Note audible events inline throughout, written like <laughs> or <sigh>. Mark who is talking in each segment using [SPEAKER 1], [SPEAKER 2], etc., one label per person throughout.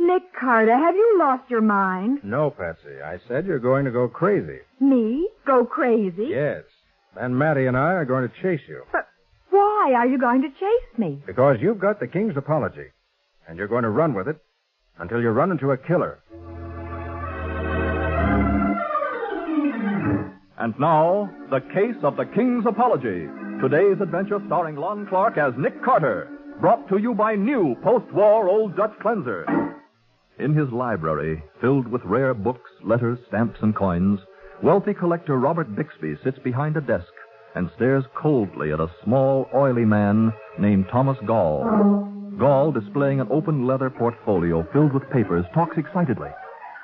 [SPEAKER 1] Nick Carter, have you lost your mind?
[SPEAKER 2] No, Patsy. I said you're going to go crazy.
[SPEAKER 1] Me? Go crazy?
[SPEAKER 2] Yes. Then Mattie and I are going to chase you
[SPEAKER 1] But why are you going to chase me?
[SPEAKER 2] because you've got the king's apology, and you're going to run with it until you run into a killer.
[SPEAKER 3] And now, the case of the King's Apology. Today's adventure starring Lon Clark as Nick Carter, brought to you by new post-war Old Dutch cleanser. In his library, filled with rare books, letters, stamps, and coins, wealthy collector Robert Bixby sits behind a desk and stares coldly at a small, oily man named Thomas Gall. Gall, displaying an open leather portfolio filled with papers, talks excitedly.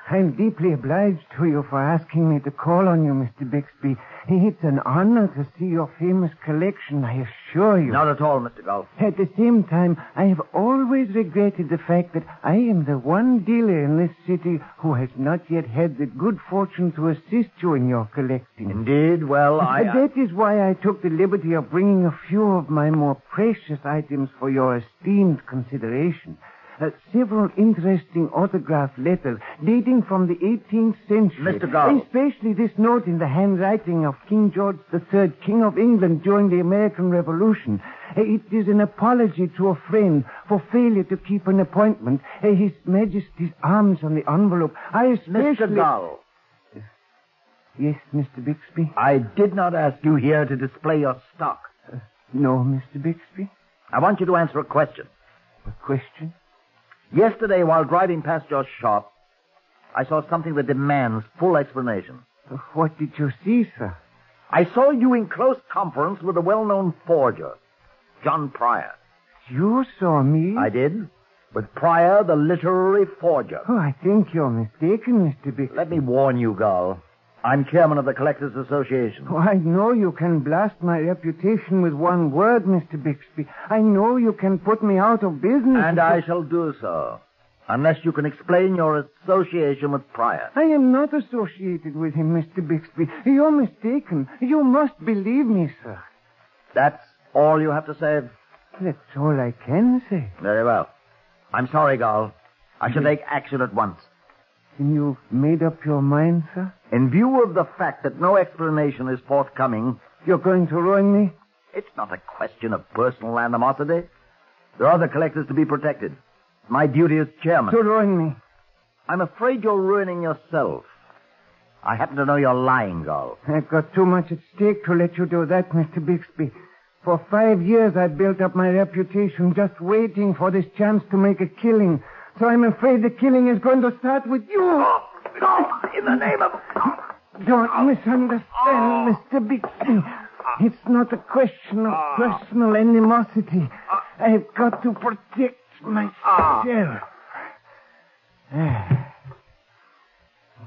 [SPEAKER 4] I'm deeply obliged to you for asking me to call on you, Mr. Bixby. It's an honor to see your famous collection, I assure you.
[SPEAKER 5] Not at all, Mr. Golf.
[SPEAKER 4] At the same time, I have always regretted the fact that I am the one dealer in this city who has not yet had the good fortune to assist you in your collecting.
[SPEAKER 5] Indeed, well, I.
[SPEAKER 4] that is why I took the liberty of bringing a few of my more precious items for your esteemed consideration. Uh, several interesting autograph letters dating from the 18th century.
[SPEAKER 5] Mr. Garland.
[SPEAKER 4] Especially this note in the handwriting of King George III, King of England during the American Revolution. Uh, It is an apology to a friend for failure to keep an appointment. Uh, His Majesty's arms on the envelope. I especially...
[SPEAKER 5] Mr. Gall,
[SPEAKER 4] Yes, Mr. Bixby?
[SPEAKER 5] I did not ask you here to display your stock.
[SPEAKER 4] Uh, No, Mr. Bixby?
[SPEAKER 5] I want you to answer a question.
[SPEAKER 4] A question?
[SPEAKER 5] Yesterday, while driving past your shop, I saw something that demands full explanation.
[SPEAKER 4] What did you see, sir?
[SPEAKER 5] I saw you in close conference with a well-known forger, John Pryor.
[SPEAKER 4] You saw me?
[SPEAKER 5] I did. With Pryor, the literary forger.
[SPEAKER 4] Oh, I think you're mistaken, Mr. Bixby.
[SPEAKER 5] Let me warn you, Gull. I'm chairman of the Collectors Association.
[SPEAKER 4] Oh, I know you can blast my reputation with one word, Mr. Bixby. I know you can put me out of business.
[SPEAKER 5] And I shall do so. Unless you can explain your association with Pryor.
[SPEAKER 4] I am not associated with him, Mr. Bixby. You're mistaken. You must believe me, sir.
[SPEAKER 5] That's all you have to say?
[SPEAKER 4] That's all I can say.
[SPEAKER 5] Very well. I'm sorry, Gall.
[SPEAKER 3] <laughs>
[SPEAKER 5] I shall take action at once.
[SPEAKER 4] And you've made up your mind, sir?
[SPEAKER 5] In view of the fact that no explanation is forthcoming,
[SPEAKER 4] You're going to ruin me?
[SPEAKER 5] it's not a question of personal animosity. There are other collectors to be protected. My duty as chairman.
[SPEAKER 4] To ruin me?
[SPEAKER 5] I'm afraid you're ruining yourself. I happen to know you're lying, Gall.
[SPEAKER 4] I've got too much at stake to let you do that, Mr. Bixby. For five years I built up my reputation just waiting for this chance to make a killing. So I'm afraid the killing is going to start with you.
[SPEAKER 5] In the name of...
[SPEAKER 4] Don't misunderstand, Mr. Bixby. It's not a question of
[SPEAKER 5] Ah.
[SPEAKER 4] personal animosity. I've got to protect myself. Ah.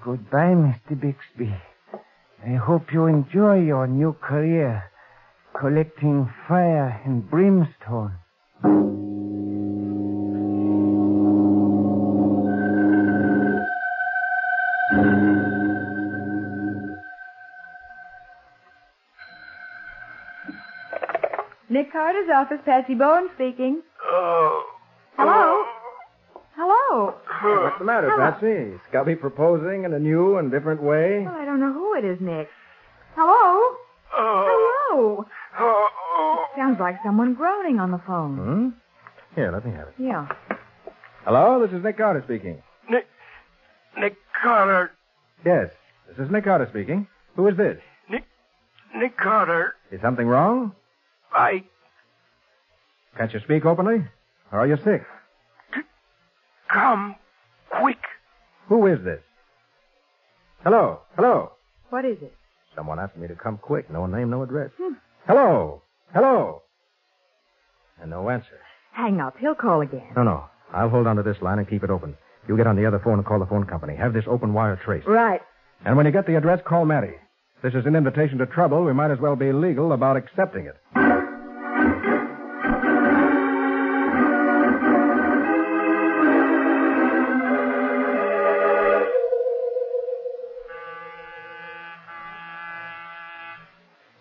[SPEAKER 4] Goodbye, Mr. Bixby. I hope you enjoy your new career, collecting fire and brimstone.
[SPEAKER 1] Nick Carter's office, Patsy Bowen speaking. Hello? Hello? Oh,
[SPEAKER 2] What's the matter, Patsy? Scubby proposing in a new and different way?
[SPEAKER 1] Well, I don't know who it is, Nick. Hello? Hello? Sounds like someone groaning on the phone.
[SPEAKER 2] Hmm?
[SPEAKER 3] uh, Here, let me have it.
[SPEAKER 1] Yeah.
[SPEAKER 3] Hello, this is Nick Carter speaking.
[SPEAKER 6] Nick, Nick Carter,
[SPEAKER 3] Yes, this is Nick Carter speaking. Who is this?
[SPEAKER 6] Nick, Nick Carter.
[SPEAKER 3] Is something wrong?
[SPEAKER 6] I
[SPEAKER 3] Can't you speak openly? Or are you sick?
[SPEAKER 6] come quick.
[SPEAKER 3] Who is this? Hello, hello.
[SPEAKER 1] What is it?
[SPEAKER 3] Someone asked me to come quick. No name, no address.
[SPEAKER 4] Hmm.
[SPEAKER 3] Hello, hello. And no answer.
[SPEAKER 1] Hang up. He'll call again.
[SPEAKER 3] No, no. I'll hold on to this line and keep it open. You get on the other phone and call the phone company. Have this open wire traced.
[SPEAKER 1] Right.
[SPEAKER 3] And when you get the address, call Matty. This is an invitation to trouble. We might as well be legal about accepting it.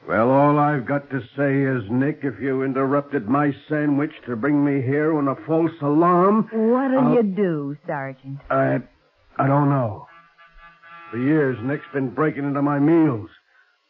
[SPEAKER 4] Well, all I've got to say is, Nick, if you interrupted my sandwich to bring me here on a false alarm,
[SPEAKER 1] What'll you do, Sergeant?
[SPEAKER 4] I, I don't know. For years, Nick's been breaking into my meals.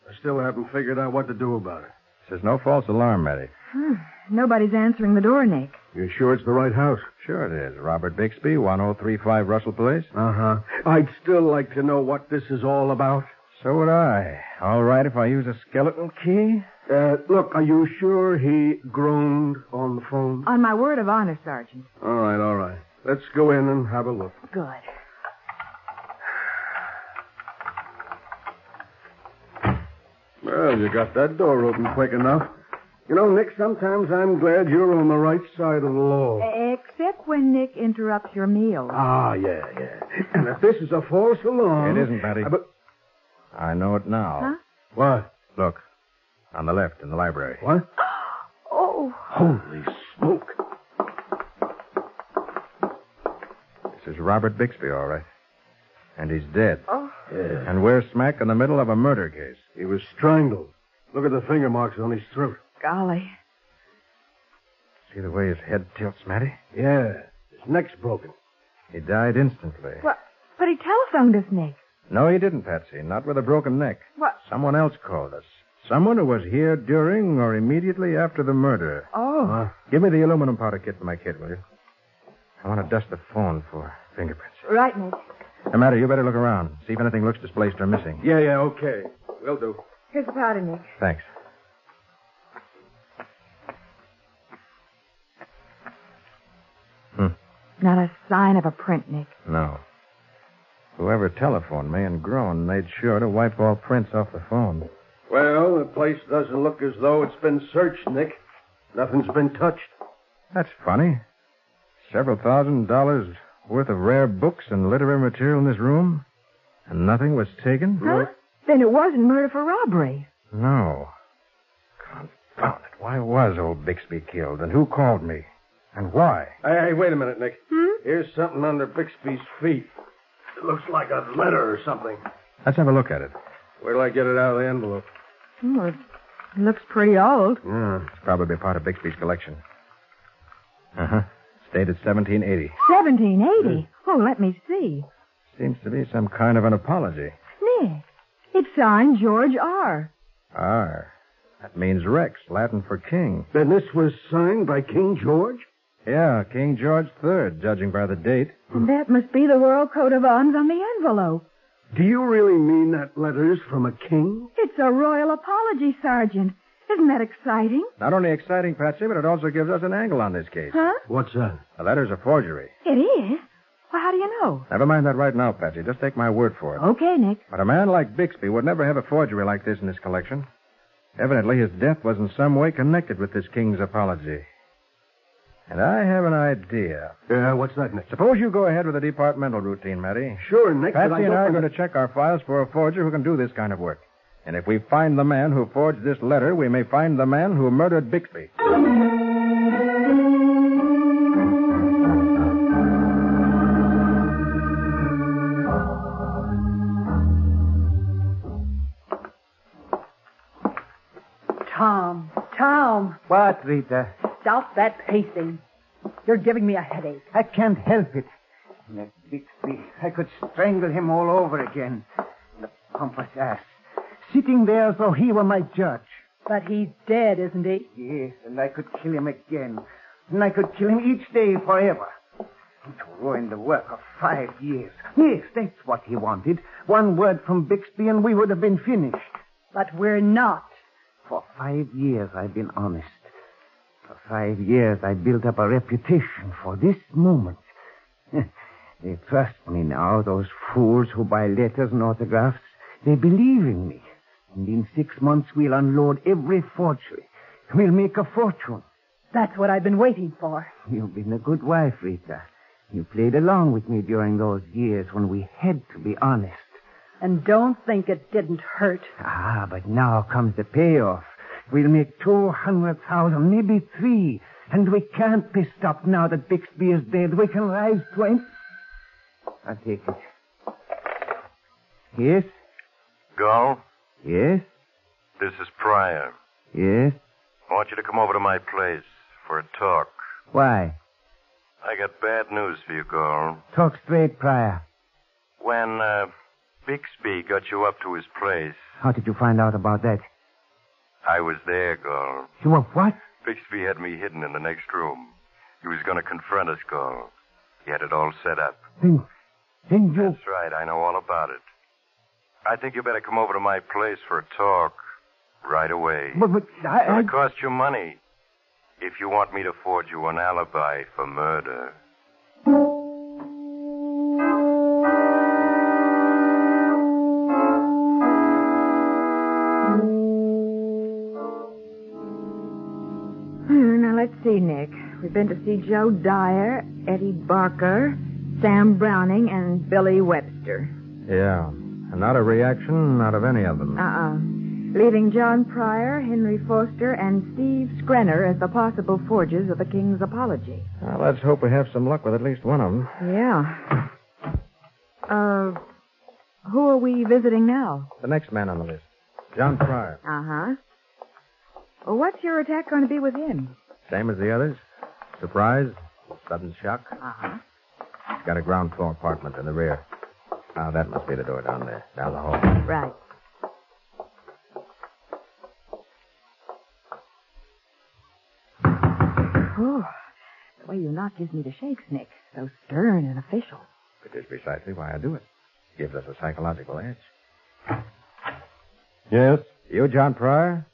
[SPEAKER 4] I still haven't figured out what to do about it.
[SPEAKER 3] This is no false alarm, Matty.
[SPEAKER 1] Hmm. Nobody's answering the door, Nick.
[SPEAKER 4] You sure it's the right house?
[SPEAKER 3] Sure it is. Robert Bixby, 1035 Russell Place.
[SPEAKER 4] Uh huh. I'd still like to know what this is all about.
[SPEAKER 3] So would I. All right if I use a skeleton key?
[SPEAKER 4] Uh, look, are you sure he groaned on the phone?
[SPEAKER 1] On my word of honor, Sergeant.
[SPEAKER 4] All right, all right. Let's go in and have a look.
[SPEAKER 1] Good.
[SPEAKER 4] Well, you got that door open quick enough. You know, Nick, sometimes I'm glad you're on the right side of the law.
[SPEAKER 1] Except when Nick interrupts your meal.
[SPEAKER 4] Ah, yeah, yeah. And if this is a false alarm.
[SPEAKER 3] It isn't, Betty.
[SPEAKER 4] Uh, But
[SPEAKER 3] I know it now.
[SPEAKER 1] Huh?
[SPEAKER 4] what?
[SPEAKER 3] Look, on the left in the library.
[SPEAKER 4] What?
[SPEAKER 1] Oh,
[SPEAKER 4] Holy smoke!
[SPEAKER 3] This is Robert Bixby, all right. And he's dead.
[SPEAKER 1] oh.
[SPEAKER 4] Yeah.
[SPEAKER 3] And we're smack in the middle of a murder case.
[SPEAKER 4] He was strangled. Look at the finger marks on his throat.
[SPEAKER 1] golly.
[SPEAKER 3] See the way his head tilts, Matty?
[SPEAKER 4] Yeah. His neck's broken.
[SPEAKER 3] He died instantly.
[SPEAKER 1] What? But he telephoned us, Nick.
[SPEAKER 3] No, he didn't, Patsy. Not with a broken neck.
[SPEAKER 1] What?
[SPEAKER 3] Someone else called us. Oh, Someone who was here during or immediately after the murder.
[SPEAKER 1] Oh.
[SPEAKER 3] Give me the aluminum powder kit for my kid, will you? I want to dust the phone for fingerprints.
[SPEAKER 1] Right, Nick.
[SPEAKER 3] No matter, you better look around. See if anything looks displaced or missing.
[SPEAKER 4] Yeah, yeah, okay. Will do.
[SPEAKER 1] Here's the powder, Nick.
[SPEAKER 3] Thanks.
[SPEAKER 1] Not a sign of a print, Nick.
[SPEAKER 3] No. Whoever telephoned me and groaned made sure to wipe all prints off the phone.
[SPEAKER 4] Well, the place doesn't look as though it's been searched, Nick. Nothing's been touched.
[SPEAKER 3] That's funny. Several thousand dollars worth of rare books and literary material in this room, and nothing was taken?
[SPEAKER 1] Then it wasn't murder for robbery.
[SPEAKER 3] No. Confound it. Why was old Bixby killed, and who called me? And why?
[SPEAKER 4] Hey, hey, wait a minute, Nick. Here's something under Bixby's feet. It looks like a letter or something.
[SPEAKER 3] Let's have a look at it.
[SPEAKER 4] Where do I get it out of the envelope?
[SPEAKER 1] Hmm, it looks pretty old.
[SPEAKER 3] Yeah, it's probably part of Bixby's collection. Uh huh. Dated 1780.
[SPEAKER 1] 1780.
[SPEAKER 3] Hmm.
[SPEAKER 1] Oh, let me see.
[SPEAKER 3] Seems to be some kind of an apology.
[SPEAKER 1] Nick, it's signed George R.
[SPEAKER 3] R. Ah, That means Rex, Latin for king.
[SPEAKER 4] Then this was signed by King George?
[SPEAKER 3] Yeah, King George III, judging by the date.
[SPEAKER 1] And that must be the royal coat of arms on the envelope.
[SPEAKER 4] Do you really mean that letter's from a king?
[SPEAKER 1] It's a royal apology, Sergeant. Isn't that exciting?
[SPEAKER 3] Not only exciting, Patsy, but it also gives us an angle on this case.
[SPEAKER 1] Huh?
[SPEAKER 4] What's that?
[SPEAKER 3] The letter's a forgery.
[SPEAKER 1] It is. Well, how do you know?
[SPEAKER 3] Never mind that right now, Patsy. Just take my word for it.
[SPEAKER 1] Okay, Nick.
[SPEAKER 3] But a man like Bixby would never have a forgery like this in his collection. Evidently, his death was in some way connected with this king's apology. And I have an idea.
[SPEAKER 4] Yeah, Uh, what's that, Nick?
[SPEAKER 3] Suppose you go ahead with the departmental routine, Matty.
[SPEAKER 4] Sure, Nick. but
[SPEAKER 3] Patsy and I are
[SPEAKER 4] don't
[SPEAKER 3] going to check our files for a forger who can do this kind of work. And if we find the man who forged this letter, we may find the man who murdered Bixby.
[SPEAKER 7] Tom, Tom,
[SPEAKER 8] What, Rita?
[SPEAKER 7] stop that pacing. You're giving me a headache.
[SPEAKER 8] I can't help it. That Bixby, I could strangle him all over again. The pompous ass. Sitting there as though he were my judge.
[SPEAKER 7] But he's dead, isn't he?
[SPEAKER 8] Yes, and I could kill him again.
[SPEAKER 4] and I could kill him each day forever. To ruin the work of five years. Yes, that's what he wanted. One word from Bixby and we would have been finished.
[SPEAKER 9] But we're not.
[SPEAKER 4] For five years I've been honest. For five years I built up a reputation for this moment. <laughs> they trust me now, those fools who buy letters and autographs. They believe in me. And in six months we'll unload every forgery. We'll make a fortune.
[SPEAKER 9] That's what I've been waiting for.
[SPEAKER 4] You've been a good wife, Rita. You played along with me during those years when we had to be honest.
[SPEAKER 9] And don't think it didn't hurt.
[SPEAKER 4] Ah, but now comes the payoff. We'll make 200,000, maybe three. And we can't be stopped now that Bixby is dead. We can rise to him. I'll take it. Yes?
[SPEAKER 10] Gull,
[SPEAKER 4] Yes?
[SPEAKER 10] this is Pryor.
[SPEAKER 4] Yes?
[SPEAKER 10] I want you to come over to my place for a talk.
[SPEAKER 4] Why?
[SPEAKER 10] I got bad news for you, Gull.
[SPEAKER 4] Talk straight, Pryor.
[SPEAKER 10] When uh, Bixby got you up to his place,
[SPEAKER 4] How did you find out about that?
[SPEAKER 10] I was there, Gull.
[SPEAKER 4] You were what?
[SPEAKER 10] Bixby had me hidden in the next room. He was going to confront us, Gull. He had it all set up.
[SPEAKER 4] Then, then you...
[SPEAKER 10] That's right. I know all about it. I think you better come over to my place for a talk right away.
[SPEAKER 4] But, but
[SPEAKER 10] It's
[SPEAKER 4] I, I...
[SPEAKER 10] going to cost you money if you want me to forge you an alibi for murder.
[SPEAKER 1] Hmm, now let's see, Nick. We've been to see Joe Dyer, Eddie Barker, Sam Browning, and Billy Webster.
[SPEAKER 5] Yeah. And not a reaction out of any of them.
[SPEAKER 1] Uh-uh. Leaving John Pryor, Henry Foster, and Steve Skrenner as the possible forgers of the King's Apology.
[SPEAKER 5] Well, let's hope we have some luck with at least one of them.
[SPEAKER 1] Yeah. Uh, who are we visiting now?
[SPEAKER 5] The next man on the list, John Pryor.
[SPEAKER 1] Uh-huh. Well, what's your attack going to be with him?
[SPEAKER 5] Same as the others. Surprise, sudden shock.
[SPEAKER 1] Uh-huh.
[SPEAKER 5] He's got a ground floor apartment in the rear. Now, that must be the door down there, down the hall.
[SPEAKER 1] Right. Whew. The way you knock gives me the shakes, Nick. So stern and official.
[SPEAKER 5] Which is precisely why I do it. Gives us a psychological edge.
[SPEAKER 11] Yes?
[SPEAKER 5] You, John Pryor?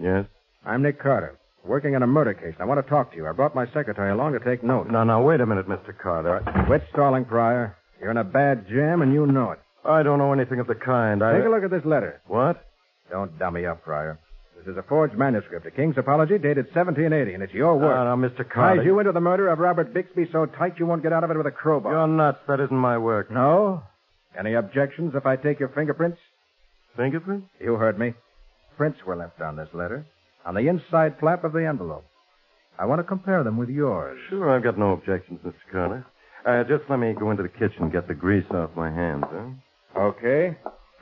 [SPEAKER 11] Yes?
[SPEAKER 5] I'm Nick Carter, working on a murder case. and I want to talk to you. I brought my secretary along to take notes.
[SPEAKER 11] Now, now, wait a minute, Mr. Carter. I,
[SPEAKER 5] Quit stalling, Pryor. You're in a bad jam, and you know it.
[SPEAKER 11] I don't know anything of the kind. I...
[SPEAKER 5] Take a look at this letter.
[SPEAKER 11] What?
[SPEAKER 5] Don't dummy up, Pryor. This is a forged manuscript, a king's apology dated 1780, and it's your work.
[SPEAKER 11] Now, now, Mr. Carter.
[SPEAKER 5] Ties you into the murder of Robert Bixby so tight you won't get out of it with a crowbar.
[SPEAKER 11] You're nuts. That isn't my work.
[SPEAKER 5] No? Any objections if I take your fingerprints?
[SPEAKER 11] Fingerprint?
[SPEAKER 5] You heard me. Prints were left on this letter, on the inside flap of the envelope. I want to compare them with yours.
[SPEAKER 11] Sure, I've got no objections, Mr. Carter. Uh, just let me go into the kitchen and get the grease off my hands, huh?
[SPEAKER 5] Okay.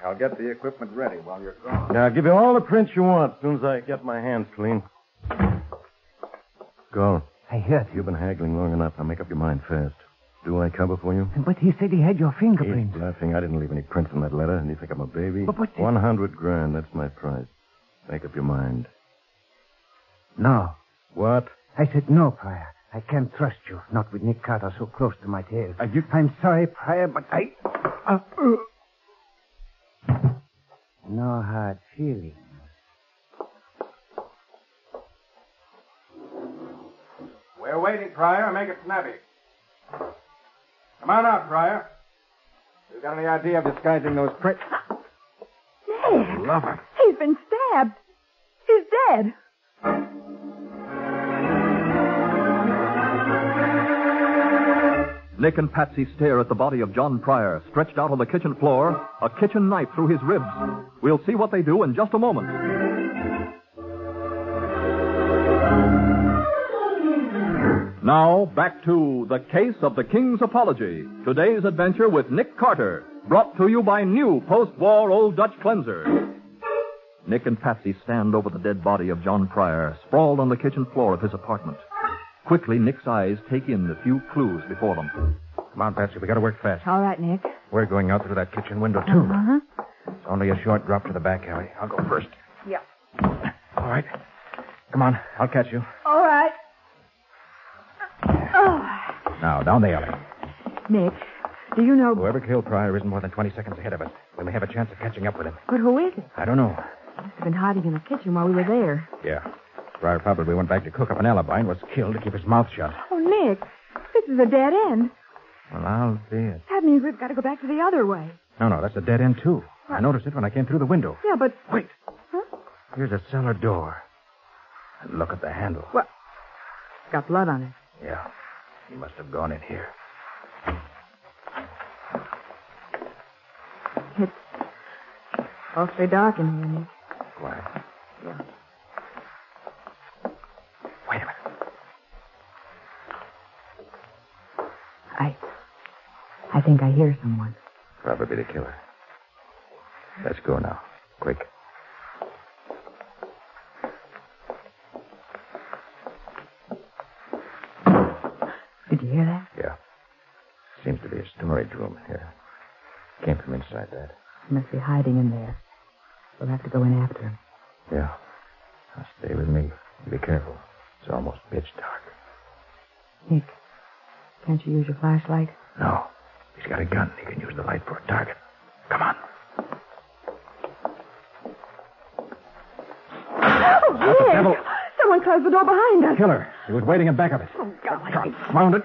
[SPEAKER 5] I'll get the equipment ready while you're gone.
[SPEAKER 11] Now, I'll give you all the prints you want as soon as I get my hands clean. Go.
[SPEAKER 4] I heard you.
[SPEAKER 11] You've been haggling long enough. Now make up your mind fast. Do I cover for you?
[SPEAKER 4] But he said he had your
[SPEAKER 11] He's
[SPEAKER 4] fingerprints.
[SPEAKER 11] bluffing. I didn't leave any prints in that letter. And you think I'm a baby?
[SPEAKER 4] But what-
[SPEAKER 11] One hundred grand. That's my price. Make up your mind.
[SPEAKER 4] No.
[SPEAKER 11] What?
[SPEAKER 4] I said no, Pryor. I can't trust you, not with Nick Carter so close to my tail.
[SPEAKER 11] Uh, you-
[SPEAKER 4] I'm sorry, Pryor, but I... Uh, uh. No hard feelings.
[SPEAKER 5] We're waiting, Pryor. Make it snappy. Come on out, Pryor. You got any idea of disguising those prints?
[SPEAKER 1] Nick!
[SPEAKER 5] Love it.
[SPEAKER 1] He's been stabbed. He's dead.
[SPEAKER 3] Nick and Patsy stare at the body of John Pryor, stretched out on the kitchen floor, a kitchen knife through his ribs. We'll see what they do in just a moment. Now, back to The Case of the King's Apology. Today's adventure with Nick Carter, brought to you by new post war Old Dutch Cleanser. Nick and Patsy stand over the dead body of John Pryor, sprawled on the kitchen floor of his apartment. Quickly, Nick's eyes take in the few clues before them.
[SPEAKER 5] Come on, Patsy. We got to work fast.
[SPEAKER 1] All right, Nick.
[SPEAKER 5] We're going out through that kitchen window, too.
[SPEAKER 1] Uh-huh.
[SPEAKER 5] It's only a short drop to the back alley. I'll go first.
[SPEAKER 9] Yeah.
[SPEAKER 5] All right. Come on. I'll catch you.
[SPEAKER 9] All right.
[SPEAKER 3] Now, down the alley.
[SPEAKER 1] Nick, do you know.
[SPEAKER 3] Whoever killed Pryor isn't more than 20 seconds ahead of us. We may have a chance of catching up with him.
[SPEAKER 1] But who is it?
[SPEAKER 3] I don't know.
[SPEAKER 1] Must have been hiding in the kitchen while we were there.
[SPEAKER 3] Yeah. Pryor probably went back to cook up an alibi and was killed to keep his mouth shut.
[SPEAKER 1] Oh, Nick, this is a dead end.
[SPEAKER 3] Well, I'll see it.
[SPEAKER 1] That means we've got to go back to the other way.
[SPEAKER 3] No, no, that's a dead end, too. I noticed it when I came through the window.
[SPEAKER 1] Yeah, but. Wait.
[SPEAKER 3] Here's a cellar door. And look at the handle.
[SPEAKER 1] What? It's got blood on it.
[SPEAKER 3] Yeah. He must have gone in here.
[SPEAKER 1] It's awfully dark in here, Nick.
[SPEAKER 3] Quiet.
[SPEAKER 1] Yeah.
[SPEAKER 3] Wait a minute.
[SPEAKER 1] I. I think I hear someone.
[SPEAKER 3] Probably the killer. Let's go now. Quick.
[SPEAKER 1] Did you hear that?
[SPEAKER 3] Yeah. Seems to be a storage room here. Came from inside that.
[SPEAKER 1] He must be hiding in there. We'll have to go in after him.
[SPEAKER 3] Yeah. Now stay with me. Be careful. It's almost pitch dark.
[SPEAKER 1] Nick, can't you use your flashlight?
[SPEAKER 3] No. He's got a gun. He can use the light for a target. Come on.
[SPEAKER 1] Oh,
[SPEAKER 3] What the devil?
[SPEAKER 1] Someone closed the door behind us.
[SPEAKER 3] Killer. He was waiting in back of us.
[SPEAKER 1] Oh, golly.
[SPEAKER 3] Found it.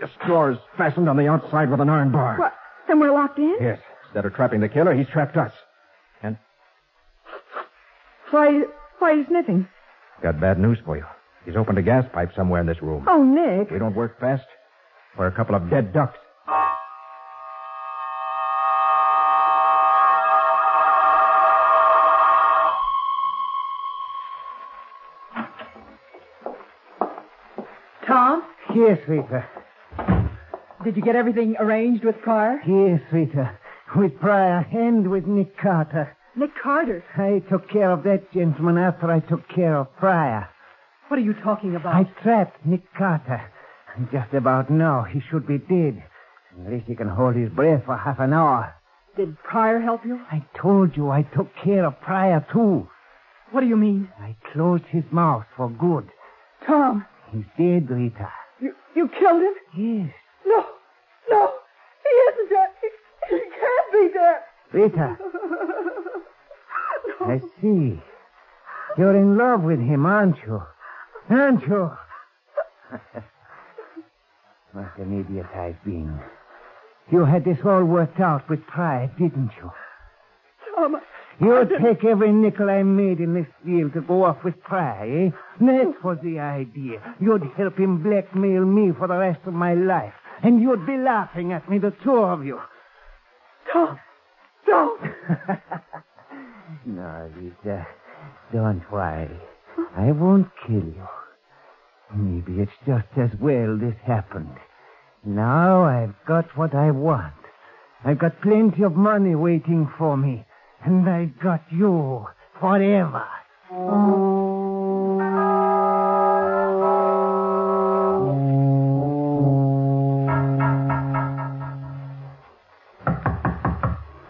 [SPEAKER 3] This door is fastened on the outside with an iron bar.
[SPEAKER 1] What? Then we're locked in?
[SPEAKER 3] Yes. Instead of trapping the killer, he's trapped us.
[SPEAKER 1] Why, why are you sniffing?
[SPEAKER 3] Got bad news for you. He's opened a gas pipe somewhere in this room.
[SPEAKER 1] Oh, Nick.
[SPEAKER 3] We don't work fast. We're a couple of dead ducks.
[SPEAKER 12] Tom,
[SPEAKER 4] Yes, Rita.
[SPEAKER 12] did you get everything arranged with Pryor?
[SPEAKER 4] Yes, Rita. With Pryor and with Nick Carter.
[SPEAKER 12] Nick Carter?
[SPEAKER 4] I took care of that gentleman after I took care of Pryor.
[SPEAKER 12] What are you talking about?
[SPEAKER 4] I trapped Nick Carter. And Just about now, he should be dead. Unless he can hold his breath for half an hour.
[SPEAKER 12] Did Pryor help you?
[SPEAKER 4] I told you I took care of Pryor, too.
[SPEAKER 12] What do you mean?
[SPEAKER 4] I closed his mouth for good.
[SPEAKER 12] Tom,
[SPEAKER 4] He's dead, Rita.
[SPEAKER 12] you, you killed him?
[SPEAKER 4] Yes.
[SPEAKER 12] No, no, he isn't dead. He, he can't be dead. <laughs>
[SPEAKER 4] Rita, I see. You're in love with him, aren't you?
[SPEAKER 12] <laughs>
[SPEAKER 4] Aren't you? what an idiot I've been. You had this all worked out with pride, didn't you?
[SPEAKER 12] Tom,
[SPEAKER 4] You take every nickel I made in this deal to go off with Pry, eh? That was the idea. You'd help him blackmail me for the rest of my life. And you'd be laughing at me, the two of you.
[SPEAKER 12] Tom, Tom.
[SPEAKER 4] <laughs> No, Rita. Don't worry. I won't kill you. Maybe it's just as well this happened. Now I've got what I want. I've got plenty of money waiting for me. And I've got you forever.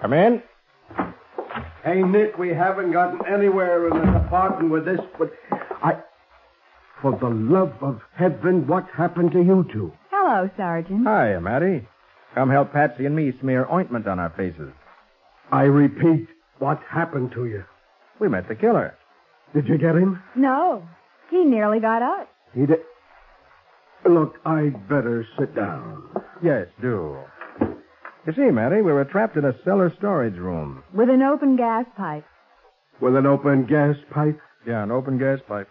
[SPEAKER 3] Come in.
[SPEAKER 5] Hey, Nick, we haven't gotten anywhere in this apartment with this, but I. For the love of heaven, what happened to you two?
[SPEAKER 1] Hello,
[SPEAKER 12] Uh,
[SPEAKER 1] Sergeant.
[SPEAKER 3] Hi, Matty. Come help Patsy and me smear ointment on our faces.
[SPEAKER 5] I repeat, what happened to you?
[SPEAKER 3] We met the killer.
[SPEAKER 5] Did you get him?
[SPEAKER 1] No, he nearly got us.
[SPEAKER 5] He did. Look, I'd better sit down.
[SPEAKER 3] Yes, do. You see, Matty, we were trapped in a cellar storage room.
[SPEAKER 1] With an open gas pipe.
[SPEAKER 5] With an open gas pipe?
[SPEAKER 3] Yeah, an open gas pipe.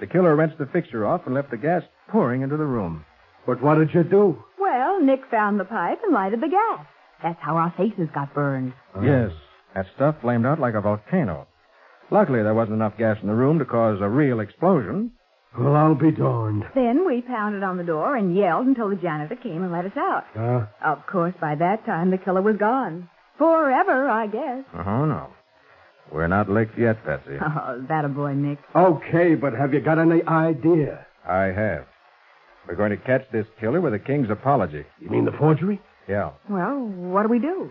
[SPEAKER 3] The killer wrenched the fixture off and left the gas pouring into the room.
[SPEAKER 5] But what did you do?
[SPEAKER 1] Well, Nick found the pipe and lighted the gas. That's how our faces got burned.
[SPEAKER 3] Yes. That stuff flamed out like a volcano. Luckily, there wasn't enough gas in the room to cause a real explosion.
[SPEAKER 5] Well, I'll be darned.
[SPEAKER 1] Then we pounded on the door and yelled until the janitor came and let us out.
[SPEAKER 5] Uh,
[SPEAKER 1] Of course, by that time, the killer was gone. Forever, I guess.
[SPEAKER 3] Oh, no. We're not licked yet, Patsy.
[SPEAKER 1] <laughs> Oh, that a boy, Nick.
[SPEAKER 5] okay, but have you got any idea?
[SPEAKER 3] I have. We're going to catch this killer with a king's apology.
[SPEAKER 5] You mean the forgery?
[SPEAKER 3] Yeah.
[SPEAKER 1] Well, what do we do?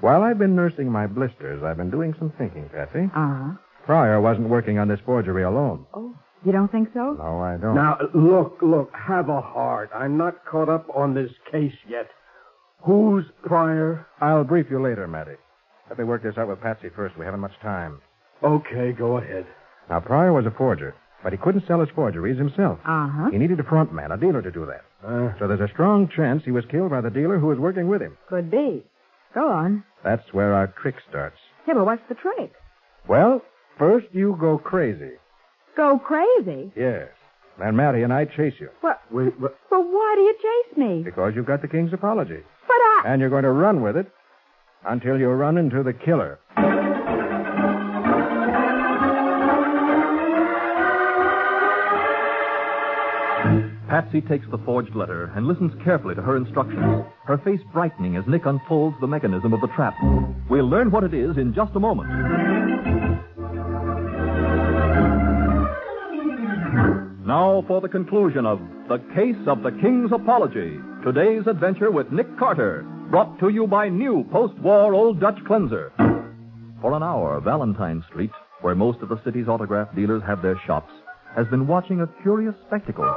[SPEAKER 3] While I've been nursing my blisters, I've been doing some thinking, Patsy.
[SPEAKER 1] Uh-huh.
[SPEAKER 3] Pryor wasn't working on this forgery alone.
[SPEAKER 1] Oh. You don't think so?
[SPEAKER 10] No, I
[SPEAKER 3] Oh.
[SPEAKER 10] don't.
[SPEAKER 13] Now, look, look, have a heart. I'm not caught up on this case yet. Who's prior?
[SPEAKER 10] I'll brief you later, Matty. Let me work this out with Patsy first. We haven't much time.
[SPEAKER 13] Okay, go ahead.
[SPEAKER 10] Now, Pryor was a forger, but he couldn't sell his forgeries himself.
[SPEAKER 1] Uh huh.
[SPEAKER 10] He needed a front man, a dealer, to do that.
[SPEAKER 13] Uh,
[SPEAKER 10] So there's a strong chance he was killed by the dealer who was working with him.
[SPEAKER 1] Could be. Go on.
[SPEAKER 10] That's where our trick starts.
[SPEAKER 1] Yeah, but what's the trick?
[SPEAKER 10] Well, first you go crazy.
[SPEAKER 1] Go crazy.
[SPEAKER 10] Yes. Then Matty and I chase you.
[SPEAKER 1] Well,
[SPEAKER 10] We, but...
[SPEAKER 1] well, why do you chase me?
[SPEAKER 10] Because you've got the king's apology.
[SPEAKER 1] But I.
[SPEAKER 10] And you're going to run with it until you run into the killer.
[SPEAKER 3] Patsy takes the forged letter and listens carefully to her instructions, her face brightening as Nick unfolds the mechanism of the trap. We'll learn what it is in just a moment. Now for the conclusion of The Case of the King's Apology. Today's adventure with Nick Carter, brought to you by new post war Old Dutch Cleanser. For an hour, Valentine Street, where most of the city's autograph dealers have their shops, has been watching a curious spectacle.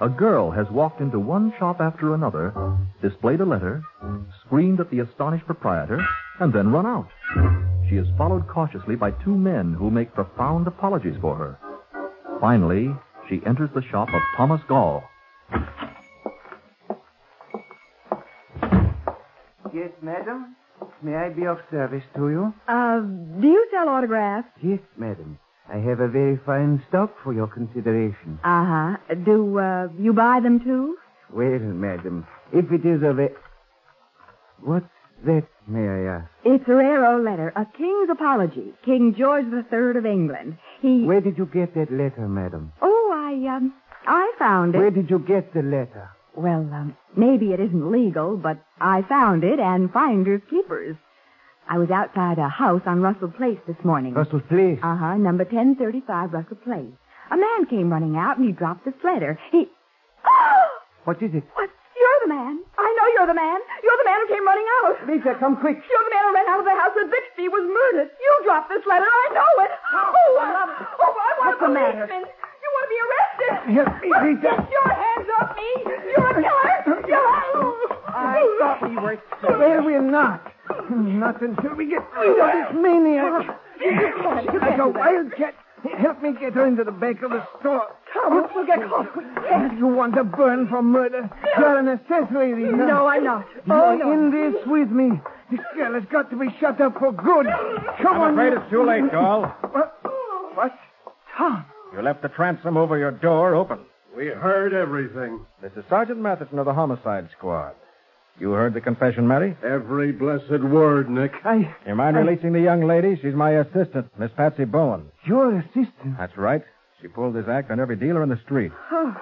[SPEAKER 3] A girl has walked into one shop after another, displayed a letter, screamed at the astonished proprietor, and then run out. She is followed cautiously by two men who make profound apologies for her. Finally, she enters the shop of Thomas Gall.
[SPEAKER 4] Yes, madam. May I be of service to you?
[SPEAKER 1] Uh, do you sell autographs?
[SPEAKER 4] Yes, madam. I have a very fine stock for your consideration.
[SPEAKER 1] Uh huh. Do uh, you buy them too?
[SPEAKER 4] Well, madam, if it is of a... What's that, may I ask?
[SPEAKER 1] It's a rare old letter, a king's apology. King George III of England. He.
[SPEAKER 4] Where did you get that letter, madam?
[SPEAKER 1] Oh, I um, I found it.
[SPEAKER 4] Where did you get the letter?
[SPEAKER 1] Well, um, maybe it isn't legal, but I found it and finders keepers. I was outside a house on Russell Place this morning.
[SPEAKER 4] Russell Place.
[SPEAKER 1] Uh huh, number 1035 Russell Place. A man came running out and he dropped this letter. He. <gasps> Oh!
[SPEAKER 4] What is it?
[SPEAKER 1] What? You're the man. I know you're the man. You're the man who came running out.
[SPEAKER 4] Lisa, come quick.
[SPEAKER 1] You're the man who ran out of the house when Bixby was murdered. You dropped this letter. I know it. Oh, I love it. Oh, I want
[SPEAKER 4] What's the
[SPEAKER 1] a
[SPEAKER 4] matter?
[SPEAKER 1] policeman. You want to be arrested.
[SPEAKER 4] Help me, Lisa.
[SPEAKER 1] Get your hands off me. You're a killer. Killer.
[SPEAKER 4] I thought we were... Well, we're not. Not until we get rid of this maniac. She's like a wildcat. Help me get her into the back of the store. Come, we'll get caught. You want to burn for murder? You're an accessory, Lisa.
[SPEAKER 1] No, Oh, I'm not.
[SPEAKER 4] You're in this with me. This girl has got to be shut up for good. Come on.
[SPEAKER 10] I'm afraid it's too late, Gall.
[SPEAKER 4] What? What? Tom.
[SPEAKER 10] You left the transom over your door open.
[SPEAKER 13] We heard everything.
[SPEAKER 10] This is Sergeant Matheson of the Homicide Squad. You heard the confession, Matty?
[SPEAKER 13] Every blessed word, Nick.
[SPEAKER 4] I.
[SPEAKER 10] You mind releasing the young lady? She's my assistant, Miss Patsy Bowen.
[SPEAKER 4] Your assistant.
[SPEAKER 10] That's right. She pulled this act on every dealer in the street.
[SPEAKER 1] Oh,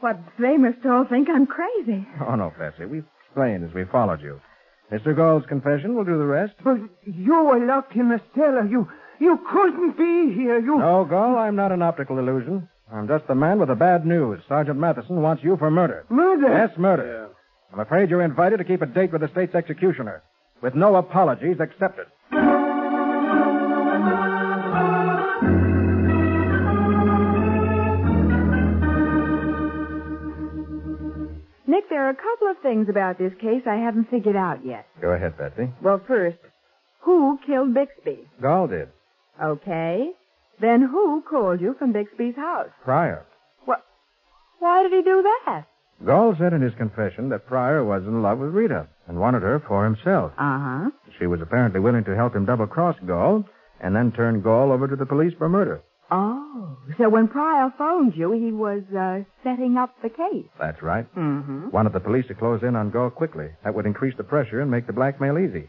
[SPEAKER 1] what they must all think I'm crazy.
[SPEAKER 10] Oh, no, Patsy. We explained as we followed you. Mr. Gall's confession will do the rest.
[SPEAKER 4] But you were locked in the cellar. You. You couldn't be here. You.
[SPEAKER 10] No, Gall, I'm not an optical illusion. I'm just the man with the bad news. Sergeant Matheson wants you for murder.
[SPEAKER 4] Murder.
[SPEAKER 10] Yes, murder. I'm afraid you're invited to keep a date with the state's executioner. With no apologies accepted.
[SPEAKER 1] Nick, there are a couple of things about this case I haven't figured out yet.
[SPEAKER 10] Go ahead, Patsy.
[SPEAKER 1] Well, first, who killed Bixby?
[SPEAKER 10] Gall did.
[SPEAKER 1] Okay. Then who called you from Bixby's house?
[SPEAKER 10] Pryor.
[SPEAKER 1] Why did he do that?
[SPEAKER 10] Gall said in his confession that Pryor was in love with Rita and wanted her for himself.
[SPEAKER 1] Uh huh.
[SPEAKER 10] She was apparently willing to help him double cross Gall and then turn Gall over to the police for murder.
[SPEAKER 1] Oh, so when Pryor phoned you, he was uh, setting up the case.
[SPEAKER 10] That's right.
[SPEAKER 1] Mm-hmm.
[SPEAKER 10] Wanted the police to close in on Gall quickly. That would increase the pressure and make the blackmail easy.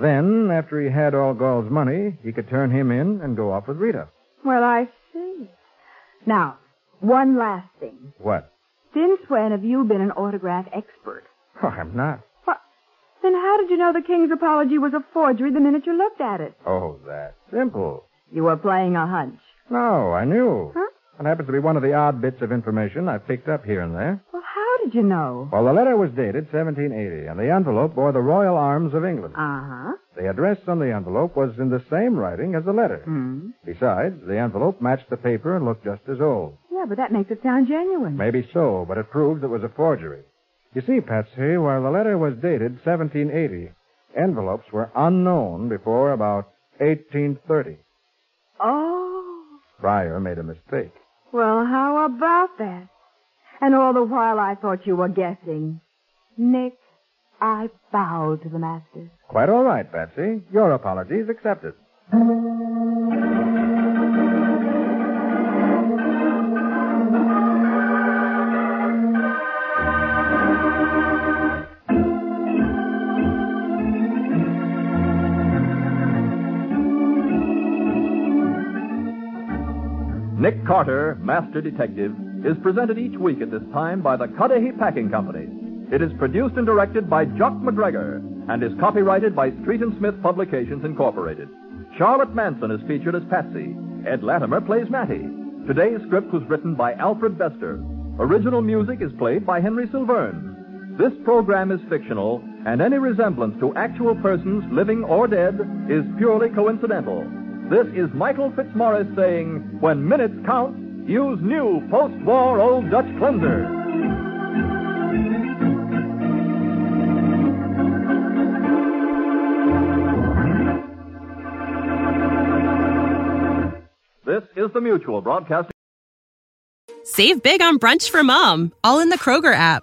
[SPEAKER 10] Then, after he had all Gall's money, he could turn him in and go off with Rita.
[SPEAKER 1] Well, I see. Now, one last thing.
[SPEAKER 10] What? <laughs>
[SPEAKER 1] Since when have you been an autograph expert?
[SPEAKER 10] Oh, I'm not.
[SPEAKER 1] Then how did you know the king's apology was a forgery the minute you looked at it?
[SPEAKER 10] Oh, that simple.
[SPEAKER 1] You were playing a hunch.
[SPEAKER 10] No, I knew.
[SPEAKER 1] Huh?
[SPEAKER 10] That happens to be one of the odd bits of information I've picked up here and there.
[SPEAKER 1] Well, how did you know?
[SPEAKER 4] Well, the letter was dated 1780, and the envelope bore the Royal Arms of England.
[SPEAKER 1] Uh huh.
[SPEAKER 4] The address on the envelope was in the same writing as the letter.
[SPEAKER 1] Hmm.
[SPEAKER 4] Besides, the envelope matched the paper and looked just as old.
[SPEAKER 1] Yeah, but that makes it sound genuine.
[SPEAKER 4] Maybe so, but it proves it was a forgery. You see, Patsy, while the letter was dated 1780, envelopes were unknown before about 1830.
[SPEAKER 1] Oh.
[SPEAKER 4] Pryor made a mistake.
[SPEAKER 1] Well, how about that? And all the while I thought you were guessing. Nick, I bow to the master.
[SPEAKER 4] Quite all right, Patsy. Your apologies accepted.
[SPEAKER 3] Nick Carter, Master Detective, is presented each week at this time by the Cudahy Packing Company. It is produced and directed by Jock McGregor and is copyrighted by Street and Smith Publications Incorporated. Charlotte Manson is featured as Patsy. Ed Latimer plays Matty. Today's script was written by Alfred Bester. Original music is played by Henry Silverne. This program is fictional, and any resemblance to actual persons, living or dead, is purely coincidental. This is Michael Fitzmaurice saying, when minutes count, use new post-war Old Dutch cleanser. This is the Mutual Broadcasting.
[SPEAKER 14] Save big on brunch for mom, all in the Kroger app.